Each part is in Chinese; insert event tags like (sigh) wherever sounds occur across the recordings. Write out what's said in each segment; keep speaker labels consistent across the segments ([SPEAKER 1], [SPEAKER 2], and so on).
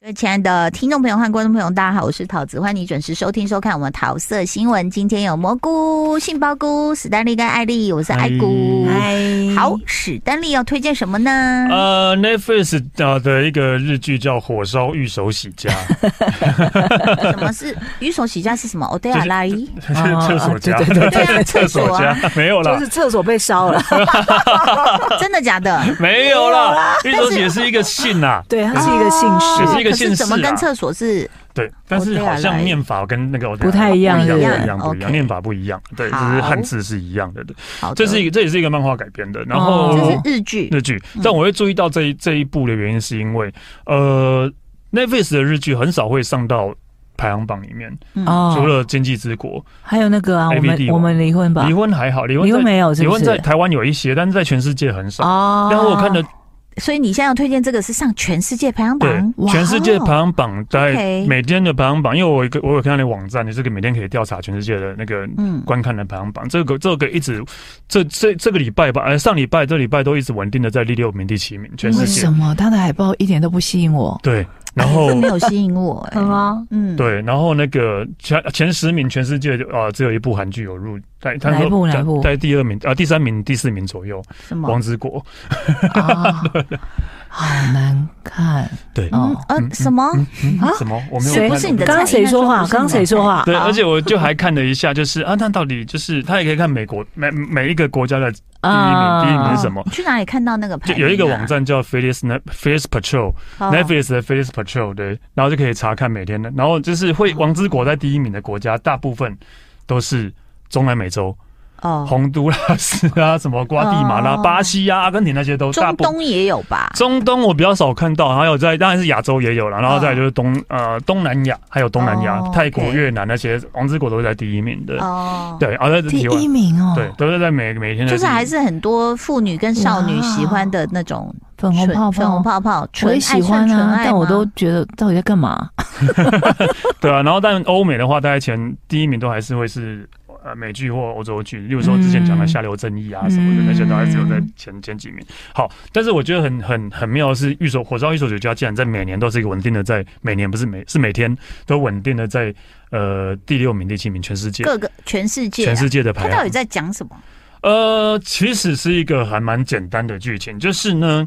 [SPEAKER 1] 各位亲爱的听众朋友和观众朋友，大家好，我是桃子，欢迎你准时收听收看我们桃色新闻。今天有蘑菇、杏鲍菇、史丹利跟艾丽，我是艾菇。
[SPEAKER 2] 嗨，
[SPEAKER 1] 好，史丹利要推荐什么
[SPEAKER 2] 嗯
[SPEAKER 1] 呢？
[SPEAKER 3] 呃，Netflix 呃的一个日剧叫《火烧玉手洗家》，
[SPEAKER 1] 什么是鱼手洗家是
[SPEAKER 3] (laughs)
[SPEAKER 1] 什么？哦，对啊，拉伊，
[SPEAKER 2] (laughs) 啊
[SPEAKER 3] 厕所家，
[SPEAKER 2] 对对对
[SPEAKER 1] 对啊
[SPEAKER 3] (laughs) 厕所家 (laughs) 没有
[SPEAKER 2] 就
[SPEAKER 3] 啦
[SPEAKER 2] 是，厕所被
[SPEAKER 3] (laughs)
[SPEAKER 2] 烧了，
[SPEAKER 1] 真的假的？
[SPEAKER 3] 没有啦，玉手洗也是一个啊姓呐，
[SPEAKER 2] 对，它是一个姓
[SPEAKER 3] 这
[SPEAKER 2] 氏，
[SPEAKER 3] 是一个
[SPEAKER 1] 哦可是
[SPEAKER 3] 姓
[SPEAKER 1] 怎么
[SPEAKER 3] 氏啊
[SPEAKER 1] 跟厕所是？
[SPEAKER 3] 对，但是好
[SPEAKER 1] 哦对啊
[SPEAKER 3] 像
[SPEAKER 1] 来
[SPEAKER 3] 念法跟那个
[SPEAKER 2] 不太一样
[SPEAKER 3] 不一
[SPEAKER 1] 不
[SPEAKER 3] 样，
[SPEAKER 1] 一
[SPEAKER 3] 不一
[SPEAKER 1] 样
[SPEAKER 3] 样，不一
[SPEAKER 1] OK
[SPEAKER 3] 样，念法不一样，对，只
[SPEAKER 1] 好
[SPEAKER 3] 是汉字是一样的，对，
[SPEAKER 1] 好的，
[SPEAKER 3] 这是一个，这也是一个漫画改编的，然后
[SPEAKER 2] 哦
[SPEAKER 1] 这是日剧，
[SPEAKER 3] 日剧
[SPEAKER 1] 嗯，
[SPEAKER 3] 但我会注意到这一这一部的原因是因为，呃，Netflix 的日剧很少会上到排行榜里面，
[SPEAKER 1] 嗯
[SPEAKER 3] 除
[SPEAKER 2] 哦，
[SPEAKER 3] 了《经济之国
[SPEAKER 2] 还有那个啊，我
[SPEAKER 3] AV 帝
[SPEAKER 2] 们
[SPEAKER 3] 王
[SPEAKER 2] 我们离婚》，吧
[SPEAKER 3] 离，婚还好，离婚
[SPEAKER 2] 离
[SPEAKER 3] 在
[SPEAKER 2] 婚没有，哦是
[SPEAKER 3] 离
[SPEAKER 2] 不
[SPEAKER 3] 婚在
[SPEAKER 2] 是？
[SPEAKER 3] 台湾有一些，但是在全世界很少。
[SPEAKER 2] 哦
[SPEAKER 3] 但我看的
[SPEAKER 1] 所以你现在要推荐这个是上全世界排行
[SPEAKER 3] 对
[SPEAKER 1] 榜，哇哦
[SPEAKER 3] 全世界排行
[SPEAKER 2] 哦
[SPEAKER 3] 榜，在
[SPEAKER 1] OK
[SPEAKER 3] 每天的排行榜，因为我有一个我有看到那个网站，你这个每天可以调查全世界的那个
[SPEAKER 1] 嗯，
[SPEAKER 3] 观看的排行榜。这个这个一直这这这个礼拜吧，呃上礼拜这礼拜都一直稳定的在第六名、第七名，全世
[SPEAKER 2] 为
[SPEAKER 3] 界
[SPEAKER 2] 什。么他的海报一点都不吸引我？
[SPEAKER 3] 对，然
[SPEAKER 2] (laughs)
[SPEAKER 1] (laughs)
[SPEAKER 3] 后
[SPEAKER 1] 这没有吸引我，哎
[SPEAKER 2] 吗？
[SPEAKER 1] 嗯，
[SPEAKER 3] (laughs) 对，然后那个前前十名，全世界啊、呃只有一部韩剧有入，在他
[SPEAKER 2] 哪一部哪一部
[SPEAKER 3] 说在在第二名啊、第三名、第四名左右，
[SPEAKER 1] 什
[SPEAKER 3] 《
[SPEAKER 1] 么嗯
[SPEAKER 3] 王？之国》
[SPEAKER 2] 啊，好难看，
[SPEAKER 3] 对。
[SPEAKER 1] 嗯
[SPEAKER 2] 哦，
[SPEAKER 1] 呃，
[SPEAKER 3] 嗯
[SPEAKER 1] 什么？
[SPEAKER 3] 嗯嗯
[SPEAKER 2] 啊
[SPEAKER 3] 什么？我没有
[SPEAKER 1] 谁
[SPEAKER 3] 看。
[SPEAKER 1] 不是你的
[SPEAKER 2] 刚刚谁说话？刚刚谁说话？啊
[SPEAKER 3] 对，
[SPEAKER 1] 好
[SPEAKER 3] 而且我就还看了一下，就是啊，那到底就是他也可以看美国每每一个国家的，
[SPEAKER 2] 啊
[SPEAKER 3] 第一名
[SPEAKER 1] 哦
[SPEAKER 3] 是什么
[SPEAKER 1] 你去哪里看到那个排
[SPEAKER 3] 就
[SPEAKER 1] 名啊？
[SPEAKER 3] 有一个网站叫 Phyllis Net- Phyllis Patrol，Netflix
[SPEAKER 1] 哦
[SPEAKER 3] 的 Phyllis Patrol 对，然后就可以查看每天的，然后就是会王之国在第一名的国家，大部分都是。中南美洲，
[SPEAKER 1] 哦，
[SPEAKER 3] 洪都拉斯啊，什么瓜地马拉、
[SPEAKER 1] 哦
[SPEAKER 3] 巴西啊、阿根廷那些都大
[SPEAKER 1] 中
[SPEAKER 3] 部。
[SPEAKER 1] 东也有吧？
[SPEAKER 3] 中东我比较少看到，还有在当然是亚洲也有了，然后再来就是东、呃东南亚，还有东南亚、
[SPEAKER 1] 哦
[SPEAKER 3] 泰国、
[SPEAKER 1] OK
[SPEAKER 3] 越南那些，王之国都是在第一名的。
[SPEAKER 1] 哦，
[SPEAKER 3] 对，啊，在这
[SPEAKER 2] 第
[SPEAKER 3] 题外
[SPEAKER 2] 一名哦，
[SPEAKER 3] 对，，都是在每每天的
[SPEAKER 1] 就是还是很多妇女跟少女
[SPEAKER 2] 哇
[SPEAKER 1] 喜欢的那种
[SPEAKER 2] 粉红
[SPEAKER 1] 纯
[SPEAKER 2] 泡
[SPEAKER 1] 粉红
[SPEAKER 2] 泡，
[SPEAKER 1] 泡泡，
[SPEAKER 2] 我
[SPEAKER 1] 纯
[SPEAKER 2] 也
[SPEAKER 1] 爱
[SPEAKER 2] 喜
[SPEAKER 1] 算
[SPEAKER 2] 欢
[SPEAKER 1] 纯
[SPEAKER 2] 啊，
[SPEAKER 1] 爱
[SPEAKER 2] 但我
[SPEAKER 1] 吗
[SPEAKER 2] 都觉得到底在干嘛？
[SPEAKER 3] 对啊。然后，但欧美的话，大概前第一名都还是会是呃美剧或欧洲剧，例如说之前讲的
[SPEAKER 2] 嗯
[SPEAKER 3] 《下流正义》啊什么的，那些都还是有在
[SPEAKER 2] 嗯
[SPEAKER 3] 前前几名。好，但是我觉得很很很妙的是，玉手火烧玉手酒家竟然在每年都是一个稳定的在，每年不是每是每天都稳定的在呃第六名、第七名，全世界。
[SPEAKER 1] 各个全世界啊，
[SPEAKER 3] 全世界的排
[SPEAKER 1] 他
[SPEAKER 3] 行
[SPEAKER 1] 到底在讲什么？
[SPEAKER 3] 呃，其实是一个还蛮简单的剧情，就是呢，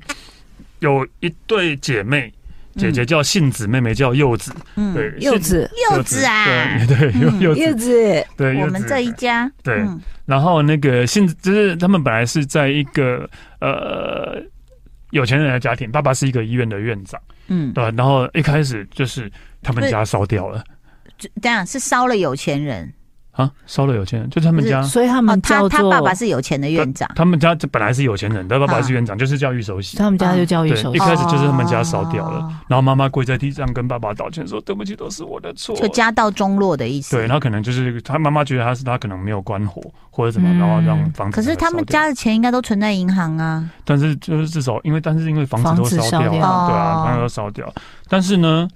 [SPEAKER 3] 有一对姐妹，姐姐叫杏子，妹妹叫柚子，
[SPEAKER 1] 嗯，
[SPEAKER 3] 对，
[SPEAKER 2] 柚子，
[SPEAKER 1] 柚子啊，
[SPEAKER 3] 对对柚
[SPEAKER 1] 嗯
[SPEAKER 3] 柚
[SPEAKER 2] 叶
[SPEAKER 3] 子，
[SPEAKER 2] 子，
[SPEAKER 3] 对柚
[SPEAKER 1] 我
[SPEAKER 3] 子啊
[SPEAKER 1] 们这一家，
[SPEAKER 3] 对
[SPEAKER 1] 嗯
[SPEAKER 3] 然后那个杏子，就是他们本来是在一个呃有钱人的家庭，爸爸是一个医院的院长，
[SPEAKER 1] 嗯，
[SPEAKER 3] 对吧，然后一开始就是他们家烧掉了
[SPEAKER 1] 这这样是烧了有钱人
[SPEAKER 3] 啊，烧了有钱人，就是他们
[SPEAKER 1] 不是
[SPEAKER 3] 家。
[SPEAKER 2] 所以他
[SPEAKER 1] 哦
[SPEAKER 2] 们，
[SPEAKER 1] 他
[SPEAKER 2] 叫
[SPEAKER 1] 他
[SPEAKER 2] 做
[SPEAKER 1] 爸爸是有钱的院长，
[SPEAKER 3] 他们家这本来是有钱人，但爸爸
[SPEAKER 1] 啊
[SPEAKER 3] 是院长，就是叫嗯玉手洗。
[SPEAKER 2] 他们家就叫一
[SPEAKER 3] 对
[SPEAKER 2] 手，
[SPEAKER 3] 一开始就是他们家烧掉了
[SPEAKER 1] 哦，
[SPEAKER 3] 然后妈妈跪在地上跟爸爸道歉说：“对不起，都是我的错。”
[SPEAKER 1] 就家道中落的意思。
[SPEAKER 3] 对，然后可能就是他妈妈觉得他是他可能没有关火或者怎么样，
[SPEAKER 2] 嗯
[SPEAKER 3] 然后让房子。
[SPEAKER 1] 可是他们，家的钱应该都存在银行啊，
[SPEAKER 3] 但是就是至少因为，但是因为房子都烧
[SPEAKER 2] 房
[SPEAKER 3] 掉了，
[SPEAKER 2] 子烧
[SPEAKER 3] 对
[SPEAKER 1] 掉
[SPEAKER 3] 啊
[SPEAKER 1] 哦，
[SPEAKER 3] 房子都烧掉。但是呢，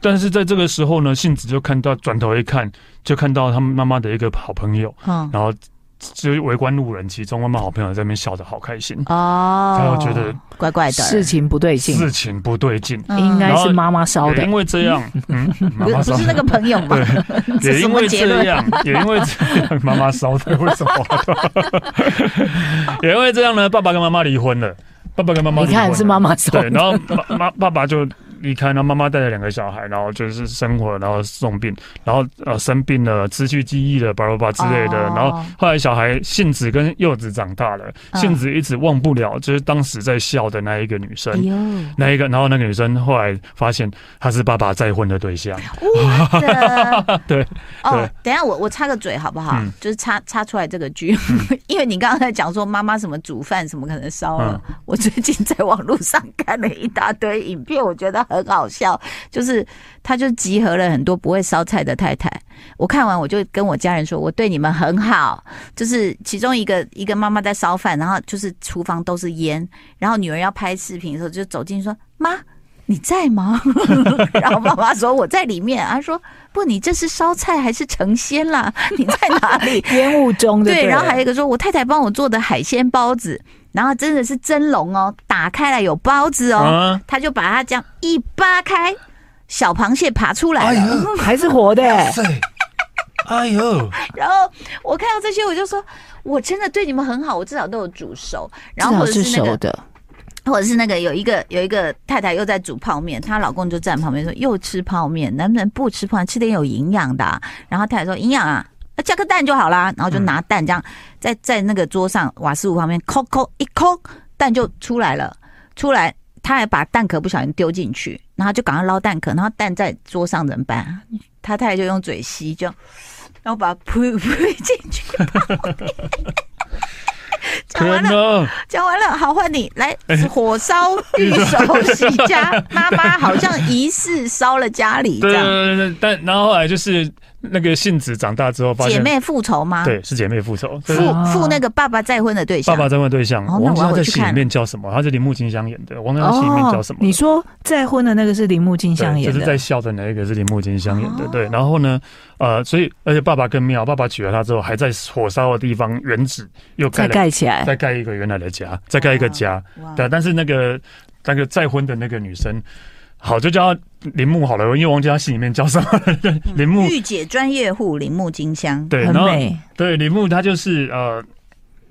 [SPEAKER 3] 但是在这个时候呢，杏子就看到转头一看，就看到他们妈妈的一个好朋友，
[SPEAKER 1] 嗯，
[SPEAKER 3] 然后就是围观路人，其中妈妈好朋友在那边笑得好开心，
[SPEAKER 1] 哦，
[SPEAKER 3] 他又觉得
[SPEAKER 1] 怪怪的，
[SPEAKER 2] 事情不对劲，
[SPEAKER 3] 事情不对劲，
[SPEAKER 1] 嗯
[SPEAKER 2] 应该是妈妈烧
[SPEAKER 3] 也
[SPEAKER 2] 的
[SPEAKER 3] 因。为这样，嗯，妈
[SPEAKER 1] 不是
[SPEAKER 3] 妈烧
[SPEAKER 1] 不是
[SPEAKER 3] (laughs)
[SPEAKER 1] 那个朋友吧？这
[SPEAKER 3] 也
[SPEAKER 1] 什
[SPEAKER 3] 因
[SPEAKER 1] 么
[SPEAKER 3] 为
[SPEAKER 1] 结
[SPEAKER 3] 这
[SPEAKER 1] 论？
[SPEAKER 3] 样，也因为这样，妈妈烧的，为什么？也因为这样呢，爸爸跟妈妈离婚了。爸爸跟妈妈离
[SPEAKER 2] 你
[SPEAKER 3] 婚了，
[SPEAKER 1] (laughs)
[SPEAKER 2] 看是妈妈烧
[SPEAKER 3] 对，
[SPEAKER 2] 的，
[SPEAKER 3] 然后妈妈爸爸就离开，然后妈妈带着两个小孩，然后就是生活，然后送病，然后呃生病了，失去记忆了，巴拉巴拉之类的。
[SPEAKER 1] 哦
[SPEAKER 3] 然后后来小孩杏子跟柚子长大了，
[SPEAKER 1] 嗯
[SPEAKER 3] 杏子一直忘不了就是当时在校的那一个女生。
[SPEAKER 1] 哎呦，
[SPEAKER 3] 那一个，然后那个女生后来发现她是爸爸再婚的对象，
[SPEAKER 1] 我的
[SPEAKER 3] (laughs) 对
[SPEAKER 1] 哦
[SPEAKER 3] 对，
[SPEAKER 1] 等一下我我插个嘴好不好？
[SPEAKER 3] 嗯
[SPEAKER 1] 就是插插出来这个剧， (laughs) 因为你刚刚在讲说妈妈什么煮饭什么可能烧了，
[SPEAKER 3] 嗯
[SPEAKER 1] 我最近在网络上看了一大堆影片，我觉得很好笑，就是他就集合了很多不会烧菜的太太。我看完我就跟我家人说，我对你们很好。就是其中一个一个妈妈在烧饭，然后就是厨房都是烟，然后女儿要拍视频的时候就走进去说：“妈，你在 (laughs) 吗？”然后妈妈说：“我在里面。”她说：“不，你这是烧菜还是成仙 (laughs) 啦？你在哪里？”
[SPEAKER 2] 烟雾中就
[SPEAKER 1] 对，然后还有
[SPEAKER 2] 有
[SPEAKER 1] 一个说，我太太帮我做的海鲜包子，然后真的是蒸笼哦，打开来有包子哦，
[SPEAKER 3] 啊，
[SPEAKER 1] 他就把它这样一扒开，小螃蟹爬出来了。
[SPEAKER 2] 还是活的、欸，
[SPEAKER 3] 塞，哎呦，
[SPEAKER 1] 然后我看到这些，我就说，我真的对你们很好，我至少都有煮熟， (laughs) 然后或者
[SPEAKER 2] 至少是
[SPEAKER 1] 是那
[SPEAKER 2] 熟
[SPEAKER 1] 个，
[SPEAKER 2] 的，
[SPEAKER 1] 或者是那个有一个有一个太太又在煮泡面，她老公就站旁边说，又吃泡面，能不能不吃泡面，吃点有营养的、啊？然后太太说，营养啊。那加个蛋就好啦，然后就拿蛋这样在在那个桌上瓦斯炉旁边抠抠一抠，蛋就出来了。出来，他还把蛋壳不小心丢进去，然后就赶快捞蛋壳，然后蛋在桌上怎么办？他太太就用嘴吸，就然后把它 (laughs) 噗噗进去。 (laughs) 讲完
[SPEAKER 3] 天
[SPEAKER 1] 了，
[SPEAKER 3] 哪！
[SPEAKER 1] 讲完了，好换你来。
[SPEAKER 3] 哎
[SPEAKER 1] 火烧玉手洗
[SPEAKER 3] (laughs)
[SPEAKER 1] 家，妈妈好像疑似烧了家里这
[SPEAKER 3] 对对啊
[SPEAKER 1] 样。
[SPEAKER 3] 对对，但然后后来就是那个杏子长大之后发
[SPEAKER 1] 姐
[SPEAKER 3] 现，
[SPEAKER 1] 妹啊复仇吗？，
[SPEAKER 3] 对，是姐妹复仇，
[SPEAKER 1] 复
[SPEAKER 3] 对对
[SPEAKER 1] 复那个爸爸再婚的对象。
[SPEAKER 3] 爸爸在问对象，
[SPEAKER 1] 哦
[SPEAKER 3] 我
[SPEAKER 1] 那
[SPEAKER 3] 忘记
[SPEAKER 1] 我要
[SPEAKER 3] 他
[SPEAKER 1] 回
[SPEAKER 3] 在
[SPEAKER 1] 去
[SPEAKER 3] 戏
[SPEAKER 1] 看
[SPEAKER 3] 里面叫什么，他是铃木金香演的，我忘了他戏里面
[SPEAKER 1] 哦
[SPEAKER 3] 叫什么了。
[SPEAKER 2] 哦你说再婚的那个是铃木静香
[SPEAKER 3] 对，就是
[SPEAKER 2] 演
[SPEAKER 3] 在
[SPEAKER 2] 的，
[SPEAKER 3] 笑的那一个是铃木金香演的，
[SPEAKER 1] 哦
[SPEAKER 3] 对。然后呢，呃，所以而且爸爸更妙，爸爸娶了她之后，还在火烧的地方原址又盖
[SPEAKER 2] 再
[SPEAKER 3] 了
[SPEAKER 2] 盖起来，
[SPEAKER 3] 再盖一个原来的家，再盖一个家。
[SPEAKER 1] 哦哇
[SPEAKER 3] 对，但是那个那个再婚的那个女生，好就叫她铃木好了，因为忘记她戏里面叫什么了。 (laughs) 对铃木
[SPEAKER 1] 御姐专业户铃木金香。
[SPEAKER 3] 对，
[SPEAKER 2] 很
[SPEAKER 3] 然后
[SPEAKER 2] 美，
[SPEAKER 3] 对，李牧他就是呃，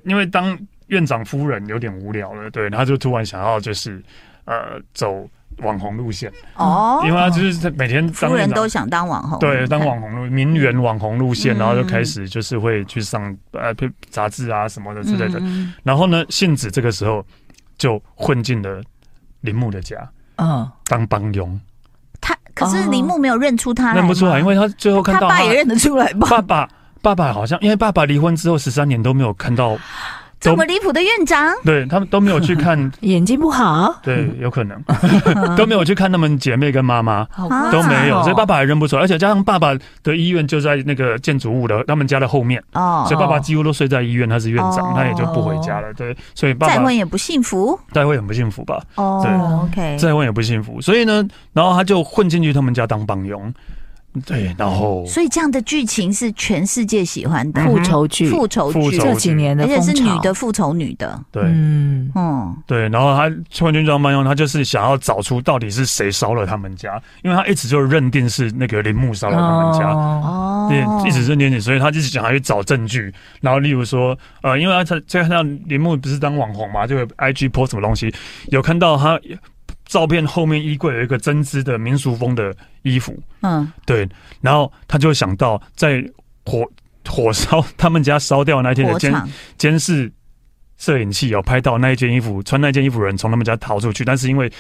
[SPEAKER 3] 因为当院长夫人有点无聊了，对，他就突然想要就是呃走网红路线，
[SPEAKER 1] 哦，
[SPEAKER 3] 因为他就是在每天当
[SPEAKER 1] 夫人
[SPEAKER 3] 院长
[SPEAKER 1] 都想当网红，
[SPEAKER 3] 对当网红路名媛网红路线，
[SPEAKER 1] 嗯
[SPEAKER 3] 然后就开始就是会去上呃譬如杂志啊什么的之类的。
[SPEAKER 1] 嗯
[SPEAKER 3] 然后呢，杏子这个时候就混进了铃木的家
[SPEAKER 2] 嗯，
[SPEAKER 3] 当帮佣，
[SPEAKER 1] 他可是铃木没有认出他来吗，
[SPEAKER 3] 哦认不出来，因为他最后看
[SPEAKER 1] 他
[SPEAKER 3] 到
[SPEAKER 1] 爸也认得出来吧？
[SPEAKER 3] 爸爸爸爸好像因为爸爸离婚之后十三年都没有看到，
[SPEAKER 1] 这么离谱的院长，
[SPEAKER 3] 对他们都没有去看
[SPEAKER 2] (laughs) 眼睛不好，
[SPEAKER 3] 对，有可
[SPEAKER 1] (laughs)
[SPEAKER 3] 能都没有去看他们姐妹跟妈妈。
[SPEAKER 2] 好
[SPEAKER 1] 啊
[SPEAKER 3] 都没有，
[SPEAKER 2] 哦
[SPEAKER 3] 所以爸爸还认不出来，而且加上爸爸的医院就在那个建筑物的他们家的后面，
[SPEAKER 1] 哦
[SPEAKER 3] 所以，爸爸几乎都睡在医院，他是院
[SPEAKER 1] 哦
[SPEAKER 3] 长，他也就不回家了。对，所以爸
[SPEAKER 1] 再
[SPEAKER 3] 爸
[SPEAKER 1] 婚也不幸福
[SPEAKER 3] 再婚也很不幸福吧？
[SPEAKER 1] 哦。OK，
[SPEAKER 3] 再婚也不幸福，所以呢，然后他就混进去他们家当帮佣，对，然后
[SPEAKER 1] 所以这样的剧情是全世界喜欢的
[SPEAKER 2] 嗯复仇剧，
[SPEAKER 1] 复仇
[SPEAKER 3] 嗯复
[SPEAKER 1] 剧
[SPEAKER 3] 仇，
[SPEAKER 2] 这几年的
[SPEAKER 1] 而且
[SPEAKER 2] 风
[SPEAKER 1] 是
[SPEAKER 2] 潮，
[SPEAKER 1] 女的复仇女的，
[SPEAKER 3] 对
[SPEAKER 2] 嗯，
[SPEAKER 1] 嗯，
[SPEAKER 3] 对，然后他混进去当帮佣，他就是想要找出到底是谁烧了他们家，因为他一直就认定是那个铃木烧了他们家，
[SPEAKER 1] 哦，
[SPEAKER 2] 哦，
[SPEAKER 3] 对，一直认定你，所以他就是想要去找证据。然后，例如说，呃，因为他他最看到铃木不是当网红嘛，就有 IG po 什么东西，有看到他照片后面衣柜有一个针织的民俗风的衣服，
[SPEAKER 1] 嗯，
[SPEAKER 3] 对，然后他就想到在火火烧他们家烧掉那天的
[SPEAKER 1] 火
[SPEAKER 3] 监
[SPEAKER 1] 场
[SPEAKER 3] 监视摄影器有哦拍到那一件衣服，穿那件衣服的人从他们家逃出去，但是因为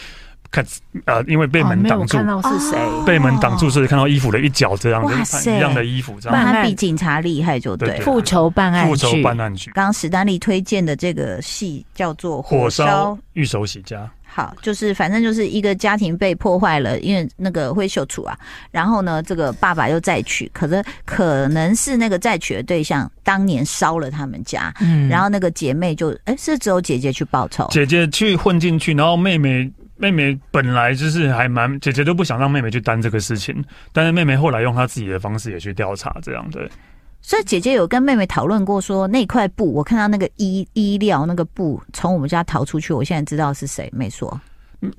[SPEAKER 3] 看呃，因为被门
[SPEAKER 2] 没有
[SPEAKER 3] 挡
[SPEAKER 2] 我
[SPEAKER 3] 住
[SPEAKER 2] 看。到是谁，
[SPEAKER 1] 哦
[SPEAKER 3] 被门挡住，所以看到衣服的一角这样
[SPEAKER 1] 哇
[SPEAKER 3] 子，
[SPEAKER 1] 塞
[SPEAKER 3] 一样的衣服这样
[SPEAKER 2] 办
[SPEAKER 1] 那
[SPEAKER 2] 案
[SPEAKER 1] 他比警察厉害就对
[SPEAKER 3] 对
[SPEAKER 1] 了。
[SPEAKER 2] 复仇办案
[SPEAKER 3] 复仇
[SPEAKER 2] 剧，
[SPEAKER 3] 办案剧，
[SPEAKER 1] 刚刚史丹利推荐的这个戏叫做《
[SPEAKER 3] 火
[SPEAKER 1] 火烧
[SPEAKER 3] 烧玉手洗家，
[SPEAKER 2] 哦
[SPEAKER 1] 好，就是反正就是一个家庭被破坏了，因为那个灰秀楚啊，然后呢，这个爸爸又再娶，可是可能是那个再娶的对象当年烧了他们家，
[SPEAKER 2] 嗯
[SPEAKER 1] 然
[SPEAKER 2] 后
[SPEAKER 1] 后那个姐妹就哎、是只有姐姐去报仇，
[SPEAKER 3] 姐姐去混进去，然后妹妹。妹妹本来就是还蛮，姐姐都不想让妹妹去担这个事情，但是妹妹后来用她自己的方式也去调查，这样对，
[SPEAKER 1] 所以姐姐有跟妹妹讨论过说那块布，我看到那个衣衣料那个布从我们家逃出去，我现在知道是谁，没错，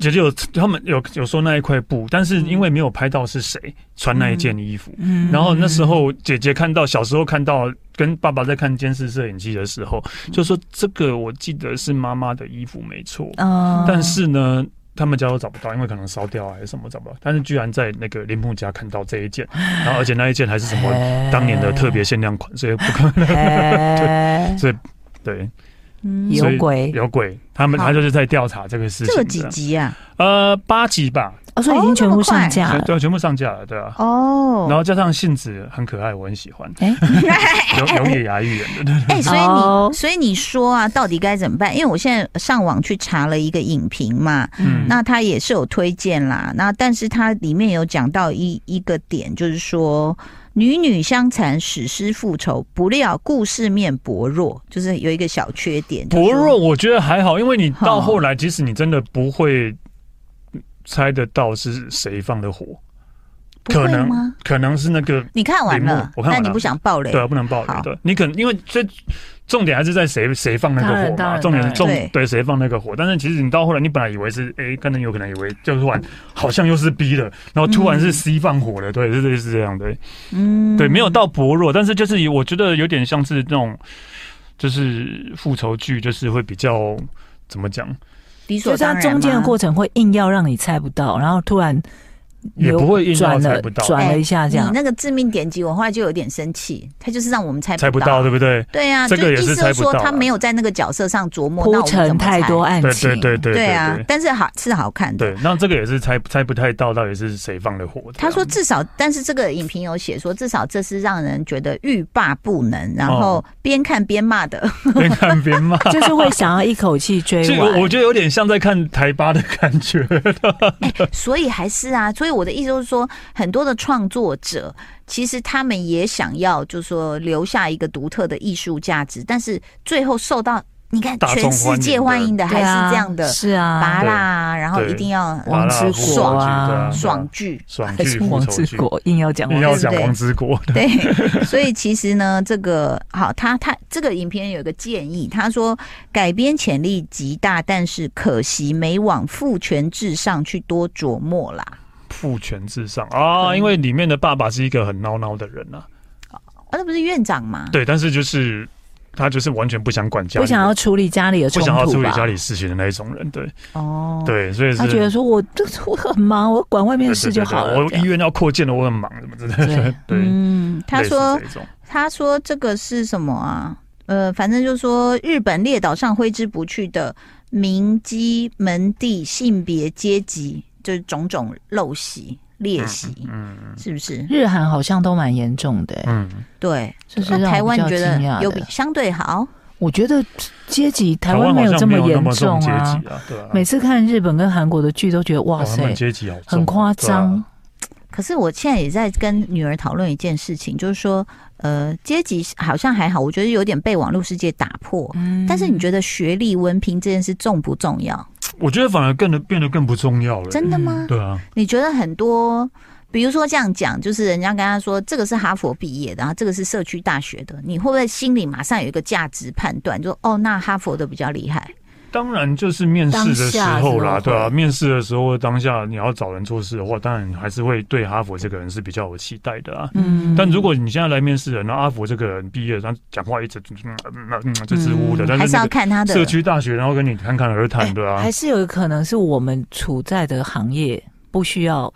[SPEAKER 3] 姐姐有他们有有说那一块布，但是因为没有拍到是谁穿那一件衣服，
[SPEAKER 2] 嗯
[SPEAKER 3] 然后那时候姐姐看到小时候看到跟爸爸在看监视摄影机的时候，就说这个我记得是妈妈的衣服没错，
[SPEAKER 2] 嗯
[SPEAKER 3] 但是呢，他们家都找不到，因为可能烧掉啊还是什么找不到，但是居然在那个林木家看到这
[SPEAKER 1] (laughs)
[SPEAKER 3] 一件，然后而且那一件还是什
[SPEAKER 1] 哎
[SPEAKER 3] 么当年的特别限量款，所以不可能，
[SPEAKER 2] 哎，
[SPEAKER 3] 对，
[SPEAKER 1] 嗯
[SPEAKER 2] 有
[SPEAKER 3] 所以
[SPEAKER 2] 鬼
[SPEAKER 3] 有鬼，他们
[SPEAKER 1] 好
[SPEAKER 3] 他就是在调查这个事情
[SPEAKER 1] 这
[SPEAKER 3] 的。
[SPEAKER 1] 个几集啊？
[SPEAKER 3] 呃，八集吧，
[SPEAKER 2] 哦，所以已经全部上架
[SPEAKER 3] 全
[SPEAKER 2] 了。
[SPEAKER 3] 对，全部上架了，对啊。然
[SPEAKER 1] 哦，
[SPEAKER 3] 后加上杏子很可爱，我很喜欢，
[SPEAKER 1] 哎、
[SPEAKER 3] 有有野牙预言的，对对
[SPEAKER 1] 所以你、
[SPEAKER 2] 哦
[SPEAKER 1] 所以你说啊，到底该怎么办？因为我现在上网去查了一个影评嘛，
[SPEAKER 3] 嗯
[SPEAKER 1] 那它也是有推荐啦。那但是它里面有讲到一一个点，就是说女女相残，史诗复仇，不料故事面薄弱，就是有一个小缺点。就是
[SPEAKER 3] 薄
[SPEAKER 1] 说
[SPEAKER 3] 弱我觉得还好，因为你到后来，即使你真的不会猜得到是谁放的火，
[SPEAKER 1] 不
[SPEAKER 3] 可
[SPEAKER 1] 会
[SPEAKER 3] 能
[SPEAKER 1] 吗？
[SPEAKER 3] 可能是那个
[SPEAKER 1] 你看完
[SPEAKER 3] 铃木
[SPEAKER 1] 了，
[SPEAKER 3] 我看完了
[SPEAKER 1] 那你不想爆雷？
[SPEAKER 3] 对啊，不能爆雷
[SPEAKER 1] 好
[SPEAKER 3] 对，你可能因为最重点还是在谁谁放那个火
[SPEAKER 2] 当
[SPEAKER 3] 嘛，
[SPEAKER 2] 然
[SPEAKER 3] 重点是
[SPEAKER 2] 当
[SPEAKER 3] 重
[SPEAKER 1] 然
[SPEAKER 3] 对谁放那个火。但是其实你到后来，你本来以为是 A，可能有可能以为就突然好像又是 B 了，然后突然是 C 放火了，对，是类似这样对
[SPEAKER 1] 嗯
[SPEAKER 3] 对，没有到薄弱，但是就是有我觉得有点像是那种就是复仇剧，就是会比较怎么讲，
[SPEAKER 1] 理
[SPEAKER 2] 就
[SPEAKER 1] 所
[SPEAKER 2] 是它
[SPEAKER 1] 当然吗
[SPEAKER 2] 中间的过程会硬要让你猜不到，然后突然
[SPEAKER 3] 也
[SPEAKER 2] 有
[SPEAKER 3] 不会硬要
[SPEAKER 2] 转了
[SPEAKER 3] 猜不到
[SPEAKER 2] 转了一下这
[SPEAKER 1] 哎你
[SPEAKER 2] 样。
[SPEAKER 1] 那个致命点击，我后来就有点生气，他就是让我们猜
[SPEAKER 3] 猜不到，
[SPEAKER 1] 到
[SPEAKER 3] 对。不对？
[SPEAKER 1] 对啊，
[SPEAKER 3] 这个
[SPEAKER 1] 就
[SPEAKER 3] 也是
[SPEAKER 1] 意思
[SPEAKER 3] 猜
[SPEAKER 1] 就
[SPEAKER 3] 不
[SPEAKER 1] 说
[SPEAKER 3] 到
[SPEAKER 1] 他
[SPEAKER 3] 啊
[SPEAKER 1] 没有在那个角色上琢磨，那我
[SPEAKER 2] 铺
[SPEAKER 1] 们怎
[SPEAKER 2] 陈
[SPEAKER 1] 么
[SPEAKER 2] 太
[SPEAKER 1] 猜
[SPEAKER 2] 多案
[SPEAKER 3] 对
[SPEAKER 2] 情，
[SPEAKER 3] 对对对
[SPEAKER 1] 对
[SPEAKER 3] 对
[SPEAKER 1] 啊
[SPEAKER 3] 对，
[SPEAKER 1] 但是好是好看的。
[SPEAKER 3] 对，那这个也是猜猜不太到到底是谁放的火。这
[SPEAKER 1] 他
[SPEAKER 3] 样
[SPEAKER 1] 说至少，但是这个影评有写说，至少这是让人觉得欲罢不能，然
[SPEAKER 3] 哦
[SPEAKER 1] 后边看边骂的。
[SPEAKER 3] (laughs) 边看边骂，
[SPEAKER 2] 就是会想要一口气追
[SPEAKER 3] 这
[SPEAKER 2] 完。
[SPEAKER 3] 个我觉得有点像在看台巴的感觉。
[SPEAKER 1] 所以还是啊，所以我的意思就是说，很多的创作者其实他们也想要，就是说留下一个独特的艺术价值，但是最后受到你看
[SPEAKER 3] 大众
[SPEAKER 1] 全世界
[SPEAKER 3] 欢
[SPEAKER 1] 欢
[SPEAKER 3] 迎
[SPEAKER 1] 迎的还
[SPEAKER 2] 对啊
[SPEAKER 1] 是这样的
[SPEAKER 2] 是啊，
[SPEAKER 1] 拔啦，然后一定要
[SPEAKER 2] 王之国啊
[SPEAKER 1] 爽剧。
[SPEAKER 3] 爽
[SPEAKER 2] 还
[SPEAKER 3] 剧
[SPEAKER 2] 是
[SPEAKER 3] 复
[SPEAKER 2] 王
[SPEAKER 3] 仇
[SPEAKER 2] 之
[SPEAKER 3] 剧，
[SPEAKER 2] 国硬要讲
[SPEAKER 3] 你
[SPEAKER 2] 王
[SPEAKER 3] 要
[SPEAKER 2] 之
[SPEAKER 3] 讲王之国，
[SPEAKER 1] 对， (laughs) 所以其实呢，这个好，他他这个影评人有个建议，他说改编潜力极大，但是可惜没往父权至上去多琢磨啦。
[SPEAKER 3] 父权至上 (laughs) 啊！因为里面的爸爸是一个很孬孬的人啊，
[SPEAKER 1] 啊，
[SPEAKER 2] 嗯
[SPEAKER 1] 那不是院长吗？
[SPEAKER 3] 对，但是就是他就是完全不想管家里的，
[SPEAKER 2] 不想要处理家里的
[SPEAKER 3] 不
[SPEAKER 2] 冲
[SPEAKER 3] 想要处
[SPEAKER 2] 突
[SPEAKER 3] 理
[SPEAKER 2] 吧？
[SPEAKER 3] 家里事情的那一种人，对
[SPEAKER 1] 哦，
[SPEAKER 3] 对，所以
[SPEAKER 2] 他觉得
[SPEAKER 3] 是。
[SPEAKER 2] 说我这我很忙，我管外面
[SPEAKER 3] 对
[SPEAKER 2] 的事就好了。
[SPEAKER 3] 对对
[SPEAKER 2] 这
[SPEAKER 3] 对我
[SPEAKER 2] 样
[SPEAKER 3] 医院要扩建了，我很忙，什么之类
[SPEAKER 2] 对
[SPEAKER 3] 的。 (laughs) 对，
[SPEAKER 1] 嗯，他说
[SPEAKER 3] 类似这种
[SPEAKER 1] 他说这个是什么啊？呃，反正就是说日本列岛上挥之不去的民基门第性别阶级，就是种种陋习劣习，
[SPEAKER 3] 嗯
[SPEAKER 1] 是不是？
[SPEAKER 2] 日韩好像都蛮严重的、欸，
[SPEAKER 3] 嗯，
[SPEAKER 1] 对，
[SPEAKER 2] 就是
[SPEAKER 1] 那
[SPEAKER 2] 让
[SPEAKER 1] 台
[SPEAKER 2] 我
[SPEAKER 1] 湾
[SPEAKER 2] 比
[SPEAKER 1] 你
[SPEAKER 2] 较
[SPEAKER 1] 觉
[SPEAKER 2] 惊讶
[SPEAKER 1] 得有比
[SPEAKER 2] 的。
[SPEAKER 1] 相对好？
[SPEAKER 2] 我觉得阶级
[SPEAKER 3] 嗯
[SPEAKER 2] 台
[SPEAKER 3] 台
[SPEAKER 2] 湾
[SPEAKER 3] 好
[SPEAKER 2] 没有
[SPEAKER 3] 像
[SPEAKER 2] 这
[SPEAKER 3] 没
[SPEAKER 2] 么
[SPEAKER 3] 有那
[SPEAKER 2] 严
[SPEAKER 3] 么
[SPEAKER 2] 重
[SPEAKER 3] 阶
[SPEAKER 2] 啊
[SPEAKER 3] 级。啊，对啊，
[SPEAKER 2] 每次看日本跟韩国的剧，都觉得哇
[SPEAKER 3] 哇他
[SPEAKER 2] 塞
[SPEAKER 3] 们，阶级好重啊
[SPEAKER 2] 很夸张。
[SPEAKER 1] 可是我现在也在跟女儿讨论一件事情，就是说，呃，阶级好像还好，我觉得有点被网络世界打
[SPEAKER 3] 啊
[SPEAKER 1] 破。
[SPEAKER 2] 嗯
[SPEAKER 1] 但是你觉得学历、文凭这件事重不重要？
[SPEAKER 3] 我觉得反而更得变得更不重要了。
[SPEAKER 1] 真的吗？
[SPEAKER 3] 对啊，
[SPEAKER 1] 你觉得很多，比如说这样讲，就是人家跟他说这个是哈佛毕业的，然后这个是社区大学的，你会不会心里马上有一个价值判断，就哦，那哈佛的比较厉害？
[SPEAKER 3] 当然就是面试的时候啦，
[SPEAKER 2] 当下的时候
[SPEAKER 3] 对啊，面试的时候当下你要找人做事的话，当然你还是会对哈佛这个人是比较有期待的啊。
[SPEAKER 2] 嗯
[SPEAKER 3] 但如果你现在来面试人，那阿佛这个人毕业，他讲话一直嗯嗯嗯支支吾吾的，
[SPEAKER 2] 嗯
[SPEAKER 3] 但
[SPEAKER 1] 还
[SPEAKER 3] 是
[SPEAKER 1] 是
[SPEAKER 3] 那
[SPEAKER 1] 要
[SPEAKER 3] 个
[SPEAKER 1] 看他的
[SPEAKER 3] 社区大学，然后跟你侃侃而谈的啊
[SPEAKER 2] 哎还，是有可能是我们处在的行业不需要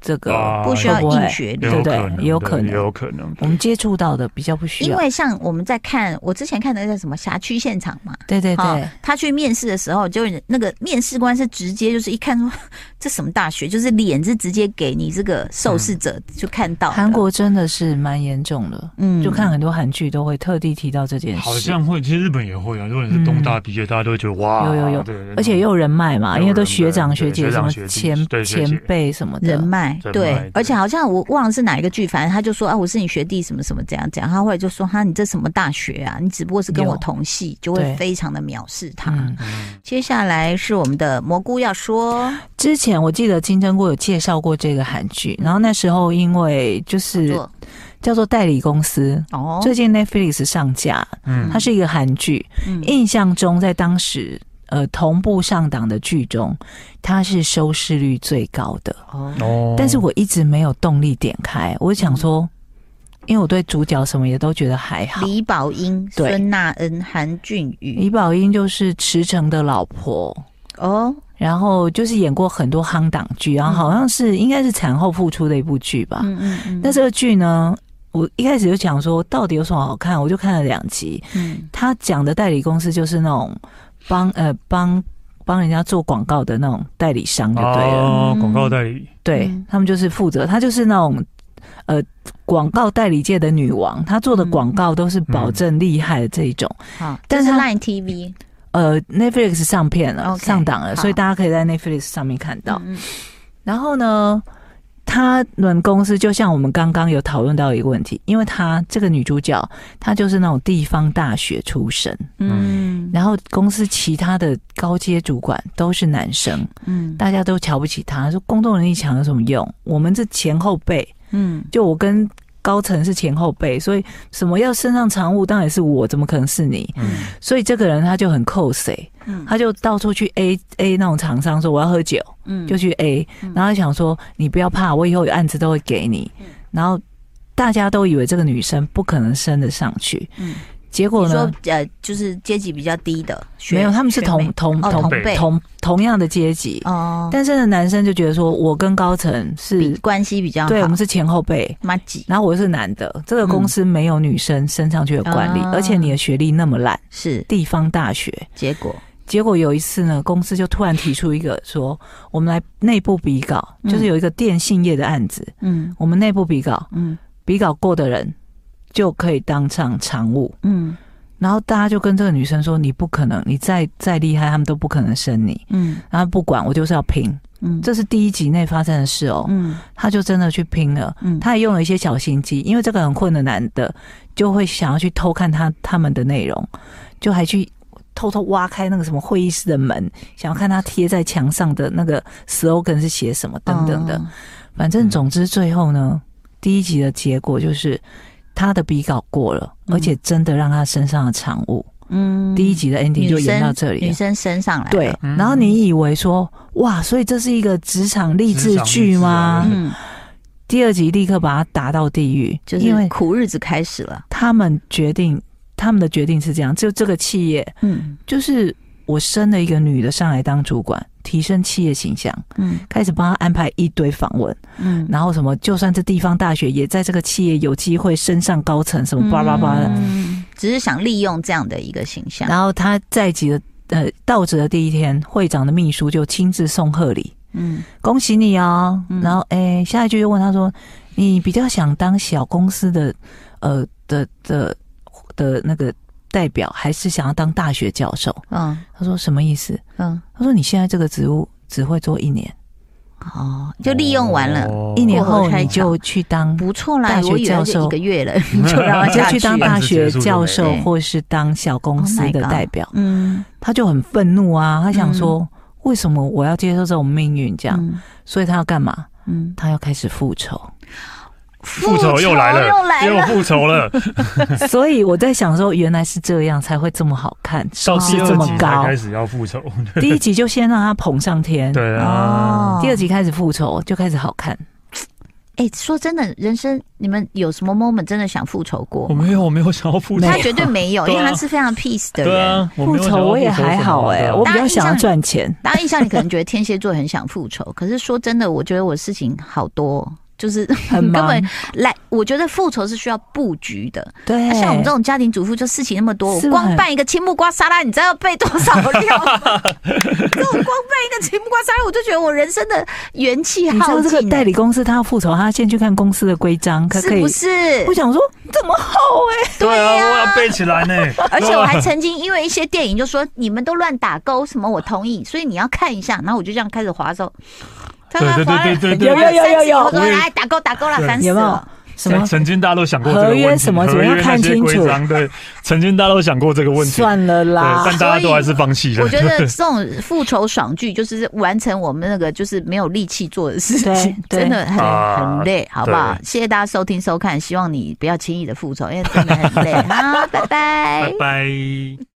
[SPEAKER 2] 这个，
[SPEAKER 3] 啊
[SPEAKER 1] 不需要
[SPEAKER 2] 会不会
[SPEAKER 1] 硬学历
[SPEAKER 2] 对。
[SPEAKER 3] 有
[SPEAKER 2] 不对
[SPEAKER 3] 可能，
[SPEAKER 2] 也有可能
[SPEAKER 3] 也有可能。
[SPEAKER 2] 我们接触到的比较不需
[SPEAKER 1] 因
[SPEAKER 2] 要。
[SPEAKER 1] 为像我们在看，我之前看的那个什么辖区现场嘛，
[SPEAKER 2] 对对
[SPEAKER 1] 哦
[SPEAKER 2] 对，
[SPEAKER 1] 他去面试的时候，就是那个面试官是直接就是一看说 (laughs) 这什么大学，就是脸是直接给你这个受试者就看到的
[SPEAKER 2] 韩，国真的是蛮严重的，
[SPEAKER 1] 嗯
[SPEAKER 2] 就看很多韩剧都会特地提到这件事。
[SPEAKER 3] 好像会，其实日本也会啊。如果你是东大毕业，大家都会觉得哇，
[SPEAKER 2] 有有有
[SPEAKER 3] 对，对对
[SPEAKER 2] 而且也有人脉
[SPEAKER 3] 有
[SPEAKER 2] 嘛，
[SPEAKER 3] 人
[SPEAKER 2] 因为都学
[SPEAKER 3] 脉
[SPEAKER 2] 长
[SPEAKER 3] 对
[SPEAKER 2] 学姐
[SPEAKER 3] 学
[SPEAKER 2] 什
[SPEAKER 3] 长
[SPEAKER 2] 么
[SPEAKER 3] 学弟
[SPEAKER 2] 前
[SPEAKER 3] 对学姐
[SPEAKER 2] 前辈什么的
[SPEAKER 1] 人脉
[SPEAKER 3] 人脉对
[SPEAKER 1] 对，而且好像我忘了是哪一个剧，反正他就说啊，我是你学弟什么什么怎样怎样，他后来就说哈，你这什么大学啊，你只不过是跟我
[SPEAKER 2] 有
[SPEAKER 1] 同系，就会
[SPEAKER 2] 对
[SPEAKER 1] 非常的藐视他。
[SPEAKER 2] 嗯，
[SPEAKER 3] 嗯
[SPEAKER 1] 接下来是我们的蘑菇要说，
[SPEAKER 2] 之前我记得金针菇有介绍过这个韩
[SPEAKER 1] 嗯
[SPEAKER 2] 剧，然后那时候因为就是
[SPEAKER 1] 做
[SPEAKER 2] 叫做代理公司，
[SPEAKER 1] 哦，
[SPEAKER 2] 最近 Netflix 上架，
[SPEAKER 3] 嗯
[SPEAKER 2] 它是一个韩剧，
[SPEAKER 1] 嗯
[SPEAKER 2] 印象中在当时呃同步上档的剧中，它是收视率最高的，
[SPEAKER 1] 哦，
[SPEAKER 3] 哦
[SPEAKER 2] 但是我一直没有动力点开，我想
[SPEAKER 1] 嗯
[SPEAKER 2] 说，因为我对主角什么也都觉得还好。
[SPEAKER 1] 李宝英、
[SPEAKER 2] 对
[SPEAKER 1] 孙娜恩、韩俊宇
[SPEAKER 2] 李宝英就是池诚的老婆，
[SPEAKER 1] 哦，
[SPEAKER 2] 然后就是演过很多夯档剧，然后好像是应该是产后复出的一部剧吧。
[SPEAKER 1] 嗯嗯嗯
[SPEAKER 2] 那这个剧呢，我一开始就讲说到底有什么好看，我就看了两集。
[SPEAKER 1] 嗯
[SPEAKER 2] 他讲的代理公司就是那种帮呃帮帮人家做广告的那种代理商就对了，
[SPEAKER 3] 哦
[SPEAKER 1] 嗯，
[SPEAKER 3] 广告代理，
[SPEAKER 2] 对
[SPEAKER 1] 嗯
[SPEAKER 2] 他们就是负责，他就是那种呃广告代理界的女王，她做的
[SPEAKER 1] 嗯
[SPEAKER 2] 广告都是保证厉害的这一种。
[SPEAKER 1] 好，
[SPEAKER 2] 但是
[SPEAKER 1] 这是
[SPEAKER 2] 他
[SPEAKER 1] Line TV
[SPEAKER 2] 呃，Netflix 上片了
[SPEAKER 1] OK，
[SPEAKER 2] 上档了，
[SPEAKER 1] 好
[SPEAKER 2] 所以大家可以在 Netflix 上面看到。
[SPEAKER 1] 嗯
[SPEAKER 2] 然后呢，他们公司就像我们刚刚有讨论到一个问题，因为她这个女主角她就是那种地方大学出身，
[SPEAKER 1] 嗯
[SPEAKER 2] 然后公司其他的高阶主管都是男生，
[SPEAKER 1] 嗯
[SPEAKER 2] 大家都瞧不起她，说工作能力强有什么用？我们这前后辈，
[SPEAKER 1] 嗯
[SPEAKER 2] 就我跟高层是前后辈，所以什么要身上常务当然是我，怎么可能是你？
[SPEAKER 3] 嗯，
[SPEAKER 2] 所以这个人他就很扣谁，
[SPEAKER 1] 嗯
[SPEAKER 2] 他就到处去 A A 那种厂商说我要喝酒，
[SPEAKER 1] 嗯
[SPEAKER 2] 就去 A，
[SPEAKER 1] 嗯
[SPEAKER 2] 然后他想说你不要怕，我以后有案子都会给你。然后大家都以为这个女生不可能升得上去，
[SPEAKER 1] 嗯
[SPEAKER 2] 结
[SPEAKER 1] 你
[SPEAKER 2] 果
[SPEAKER 1] 说
[SPEAKER 2] 呢？
[SPEAKER 1] 呃，就是阶级比较低的学，
[SPEAKER 2] 没有，他们是
[SPEAKER 1] 学
[SPEAKER 2] 同
[SPEAKER 1] 妹
[SPEAKER 2] 同
[SPEAKER 1] 哦
[SPEAKER 2] 同
[SPEAKER 1] 同
[SPEAKER 3] 辈
[SPEAKER 1] 辈
[SPEAKER 2] 同同样的阶级，
[SPEAKER 1] 哦，
[SPEAKER 2] 但是呢，男生就觉得说我跟高层
[SPEAKER 1] 比
[SPEAKER 2] 是，
[SPEAKER 1] 关系比较好，
[SPEAKER 2] 对我们是前后辈，
[SPEAKER 1] 妈几
[SPEAKER 2] 然后我是男的，这个公司没有女生升上去的管理，
[SPEAKER 1] 啊
[SPEAKER 2] 而且你的学历那么烂，
[SPEAKER 1] 是
[SPEAKER 2] 地方大学。
[SPEAKER 1] 结果，
[SPEAKER 2] 结果有一次呢，公司就突然提出一个说，我们来内部比稿，
[SPEAKER 1] 嗯
[SPEAKER 2] 就是有一个电信业的案子，
[SPEAKER 1] 嗯
[SPEAKER 2] 我们内部比稿，
[SPEAKER 1] 嗯
[SPEAKER 2] 比稿过的人就可以当上常务。
[SPEAKER 1] 嗯
[SPEAKER 2] 然后大家就跟这个女生说，你不可能，你再再厉害，他们都不可能升你。
[SPEAKER 1] 嗯
[SPEAKER 2] 然后不管，我就是要拼。
[SPEAKER 1] 嗯
[SPEAKER 2] 这是第一集内发生的事哦，
[SPEAKER 1] 嗯
[SPEAKER 2] 他就真的去拼了。
[SPEAKER 1] 嗯
[SPEAKER 2] 他也用了一些小心机，因为这个很混的男的就会想要去偷看他他们的内容，就还去偷偷挖开那个什么会议室的门，想要看他贴在墙上的那个 slogan 是写什么等等的。
[SPEAKER 1] 哦
[SPEAKER 2] 反正总之最后呢，第一集的结果就是他的笔稿过了，
[SPEAKER 1] 嗯
[SPEAKER 2] 而且真的让他身上的产物。
[SPEAKER 1] 嗯
[SPEAKER 2] 第一集的 ending 就演到这里
[SPEAKER 1] 女
[SPEAKER 2] 了。
[SPEAKER 1] 生升上来了，
[SPEAKER 2] 对，
[SPEAKER 3] 嗯
[SPEAKER 2] 然后你以为说哇，所以这是一个职场励
[SPEAKER 3] 职
[SPEAKER 2] 志
[SPEAKER 3] 场励志
[SPEAKER 2] 剧吗？
[SPEAKER 3] 啊
[SPEAKER 1] 嗯，
[SPEAKER 2] 第二集立刻把他打到地狱，
[SPEAKER 1] 就
[SPEAKER 2] 因
[SPEAKER 1] 是
[SPEAKER 2] 为
[SPEAKER 1] 苦日子开始了，
[SPEAKER 2] 他们决定，他们的决定是这样：就这个企业，
[SPEAKER 1] 嗯
[SPEAKER 2] 就是我升了一个女的上来当主管，提升企业形象，
[SPEAKER 1] 嗯
[SPEAKER 2] 开始帮她安排一堆访问，
[SPEAKER 1] 嗯，
[SPEAKER 2] 然后什么，就算是地方大学，也在这个企业有机会升上高层，什么巴拉巴拉的。
[SPEAKER 1] 嗯，只是想利用这样的一个形象，
[SPEAKER 2] 然后他在职的呃到职的第一天，会长的秘书就亲自送贺礼，
[SPEAKER 1] 嗯
[SPEAKER 2] 恭喜你哦。
[SPEAKER 1] 嗯
[SPEAKER 2] 然后哎，下一句就问他说：“你比较想当小公司的呃的的的那个代表，还是想要当大学教授
[SPEAKER 1] 嗯？”
[SPEAKER 2] 他说：“什么意思
[SPEAKER 1] 嗯，？”
[SPEAKER 2] 他说：“你现在这个职务只会做一年，
[SPEAKER 1] 哦，就利用完了，
[SPEAKER 3] 哦
[SPEAKER 2] 一年
[SPEAKER 1] 过河
[SPEAKER 2] 后
[SPEAKER 1] 拆
[SPEAKER 2] 你
[SPEAKER 1] 桥
[SPEAKER 2] 就去当。”
[SPEAKER 1] 不错啦
[SPEAKER 2] 大，学
[SPEAKER 1] 我以为
[SPEAKER 2] 教
[SPEAKER 1] 就
[SPEAKER 2] 授
[SPEAKER 1] 一个月 (laughs) 了，
[SPEAKER 2] (laughs)
[SPEAKER 1] 就让他
[SPEAKER 2] 就
[SPEAKER 1] 下
[SPEAKER 2] 去当
[SPEAKER 1] 了
[SPEAKER 2] 大
[SPEAKER 1] 案
[SPEAKER 2] 学教
[SPEAKER 1] 子结束就
[SPEAKER 2] 授
[SPEAKER 1] 没，了
[SPEAKER 2] 或是当小公司
[SPEAKER 1] Oh
[SPEAKER 2] 的代表，
[SPEAKER 1] 嗯，
[SPEAKER 2] 他就很愤怒啊！他想说，为什么我要接受这种命运？
[SPEAKER 1] 这
[SPEAKER 2] 这样，
[SPEAKER 1] 样，
[SPEAKER 2] 所以他要干嘛？
[SPEAKER 1] 嗯，
[SPEAKER 2] 他要开始复
[SPEAKER 3] (laughs)
[SPEAKER 2] 仇。
[SPEAKER 3] 复仇又来了，
[SPEAKER 1] 又来
[SPEAKER 3] 因为我
[SPEAKER 1] 了，
[SPEAKER 3] 复仇了，
[SPEAKER 2] 所以我在想说，原来是这样才会这么好看，
[SPEAKER 3] 到
[SPEAKER 2] 收视
[SPEAKER 3] 第
[SPEAKER 2] 这
[SPEAKER 3] 二
[SPEAKER 2] 么
[SPEAKER 3] 集才
[SPEAKER 2] 高。
[SPEAKER 3] 开始要复仇，
[SPEAKER 2] 第一集就先让他捧上
[SPEAKER 1] 嗯
[SPEAKER 2] 天，
[SPEAKER 1] 哦
[SPEAKER 3] 对啊，
[SPEAKER 2] 第二集开始复仇就开始好看。
[SPEAKER 1] 哎，说真的，人生你们有什么 moment 真的想复仇过
[SPEAKER 3] 我？没有，我没有想要复仇，
[SPEAKER 1] 他绝对没有，因为他是非常 peace 的
[SPEAKER 3] 对
[SPEAKER 1] 人。
[SPEAKER 3] 啊，我没有想要
[SPEAKER 2] 仇我也
[SPEAKER 3] 复仇
[SPEAKER 2] 还
[SPEAKER 3] 什么啊
[SPEAKER 2] 好哎、
[SPEAKER 3] 的
[SPEAKER 2] 我比较想要赚钱。
[SPEAKER 1] 大家印象里可能觉得天蝎座很想复仇，可是说真的，我觉得我事情好多，就是
[SPEAKER 2] 很
[SPEAKER 1] (laughs) 根
[SPEAKER 2] 忙
[SPEAKER 1] 本来，我觉得复仇是需要布局的。啊
[SPEAKER 2] 对，
[SPEAKER 1] 像我们这种家庭主妇，就事情那么多，我
[SPEAKER 2] 是
[SPEAKER 1] 光
[SPEAKER 2] 很
[SPEAKER 1] 拌一个青木瓜沙拉，你知道要备多少料
[SPEAKER 3] (laughs)
[SPEAKER 1] 吗？ (laughs) 这我光拌一个青木瓜沙拉，我就觉得我人生的元气
[SPEAKER 2] 你知
[SPEAKER 1] 耗
[SPEAKER 2] 道这个
[SPEAKER 1] 尽
[SPEAKER 2] 代
[SPEAKER 1] 了，
[SPEAKER 2] 理公司他要复仇，他先去看公司的规章，可可
[SPEAKER 1] 是
[SPEAKER 2] 以
[SPEAKER 1] 不？是
[SPEAKER 2] 我？想说这么厚哎、
[SPEAKER 3] 对啊，
[SPEAKER 1] 对啊
[SPEAKER 3] 我要背起来呢。啊
[SPEAKER 1] 而且我还曾经因为一些电影就说你们都乱打勾，什么我同意，所以你要看一下，然后我就这样开始划手，他
[SPEAKER 3] 对对
[SPEAKER 1] 划了
[SPEAKER 3] 对对对
[SPEAKER 2] 有有有有有
[SPEAKER 1] 我说
[SPEAKER 3] 我也
[SPEAKER 1] 来打勾打勾了，
[SPEAKER 3] 对
[SPEAKER 1] 烦死
[SPEAKER 2] 有没有
[SPEAKER 1] 了。
[SPEAKER 2] 什么
[SPEAKER 3] 曾曾经大家都想过这个
[SPEAKER 2] 合
[SPEAKER 3] 问题，
[SPEAKER 2] 约什么
[SPEAKER 3] 合约
[SPEAKER 2] 要看
[SPEAKER 3] 那些
[SPEAKER 2] 清
[SPEAKER 3] 规
[SPEAKER 2] 楚
[SPEAKER 3] 章对，曾经大家都想过这个问题，对，
[SPEAKER 2] 算了啦
[SPEAKER 3] 但，大家都还是放弃了。
[SPEAKER 1] 我觉得这种复仇爽剧就是完成我们那个就是没有力气做的事情，
[SPEAKER 2] 对对
[SPEAKER 1] 真的很
[SPEAKER 3] 啊
[SPEAKER 1] 很累，好不好？
[SPEAKER 3] 对
[SPEAKER 1] 谢谢大家收听收看，希望你不要轻易的复仇，因为真的很累。好，拜拜
[SPEAKER 3] 拜。拜。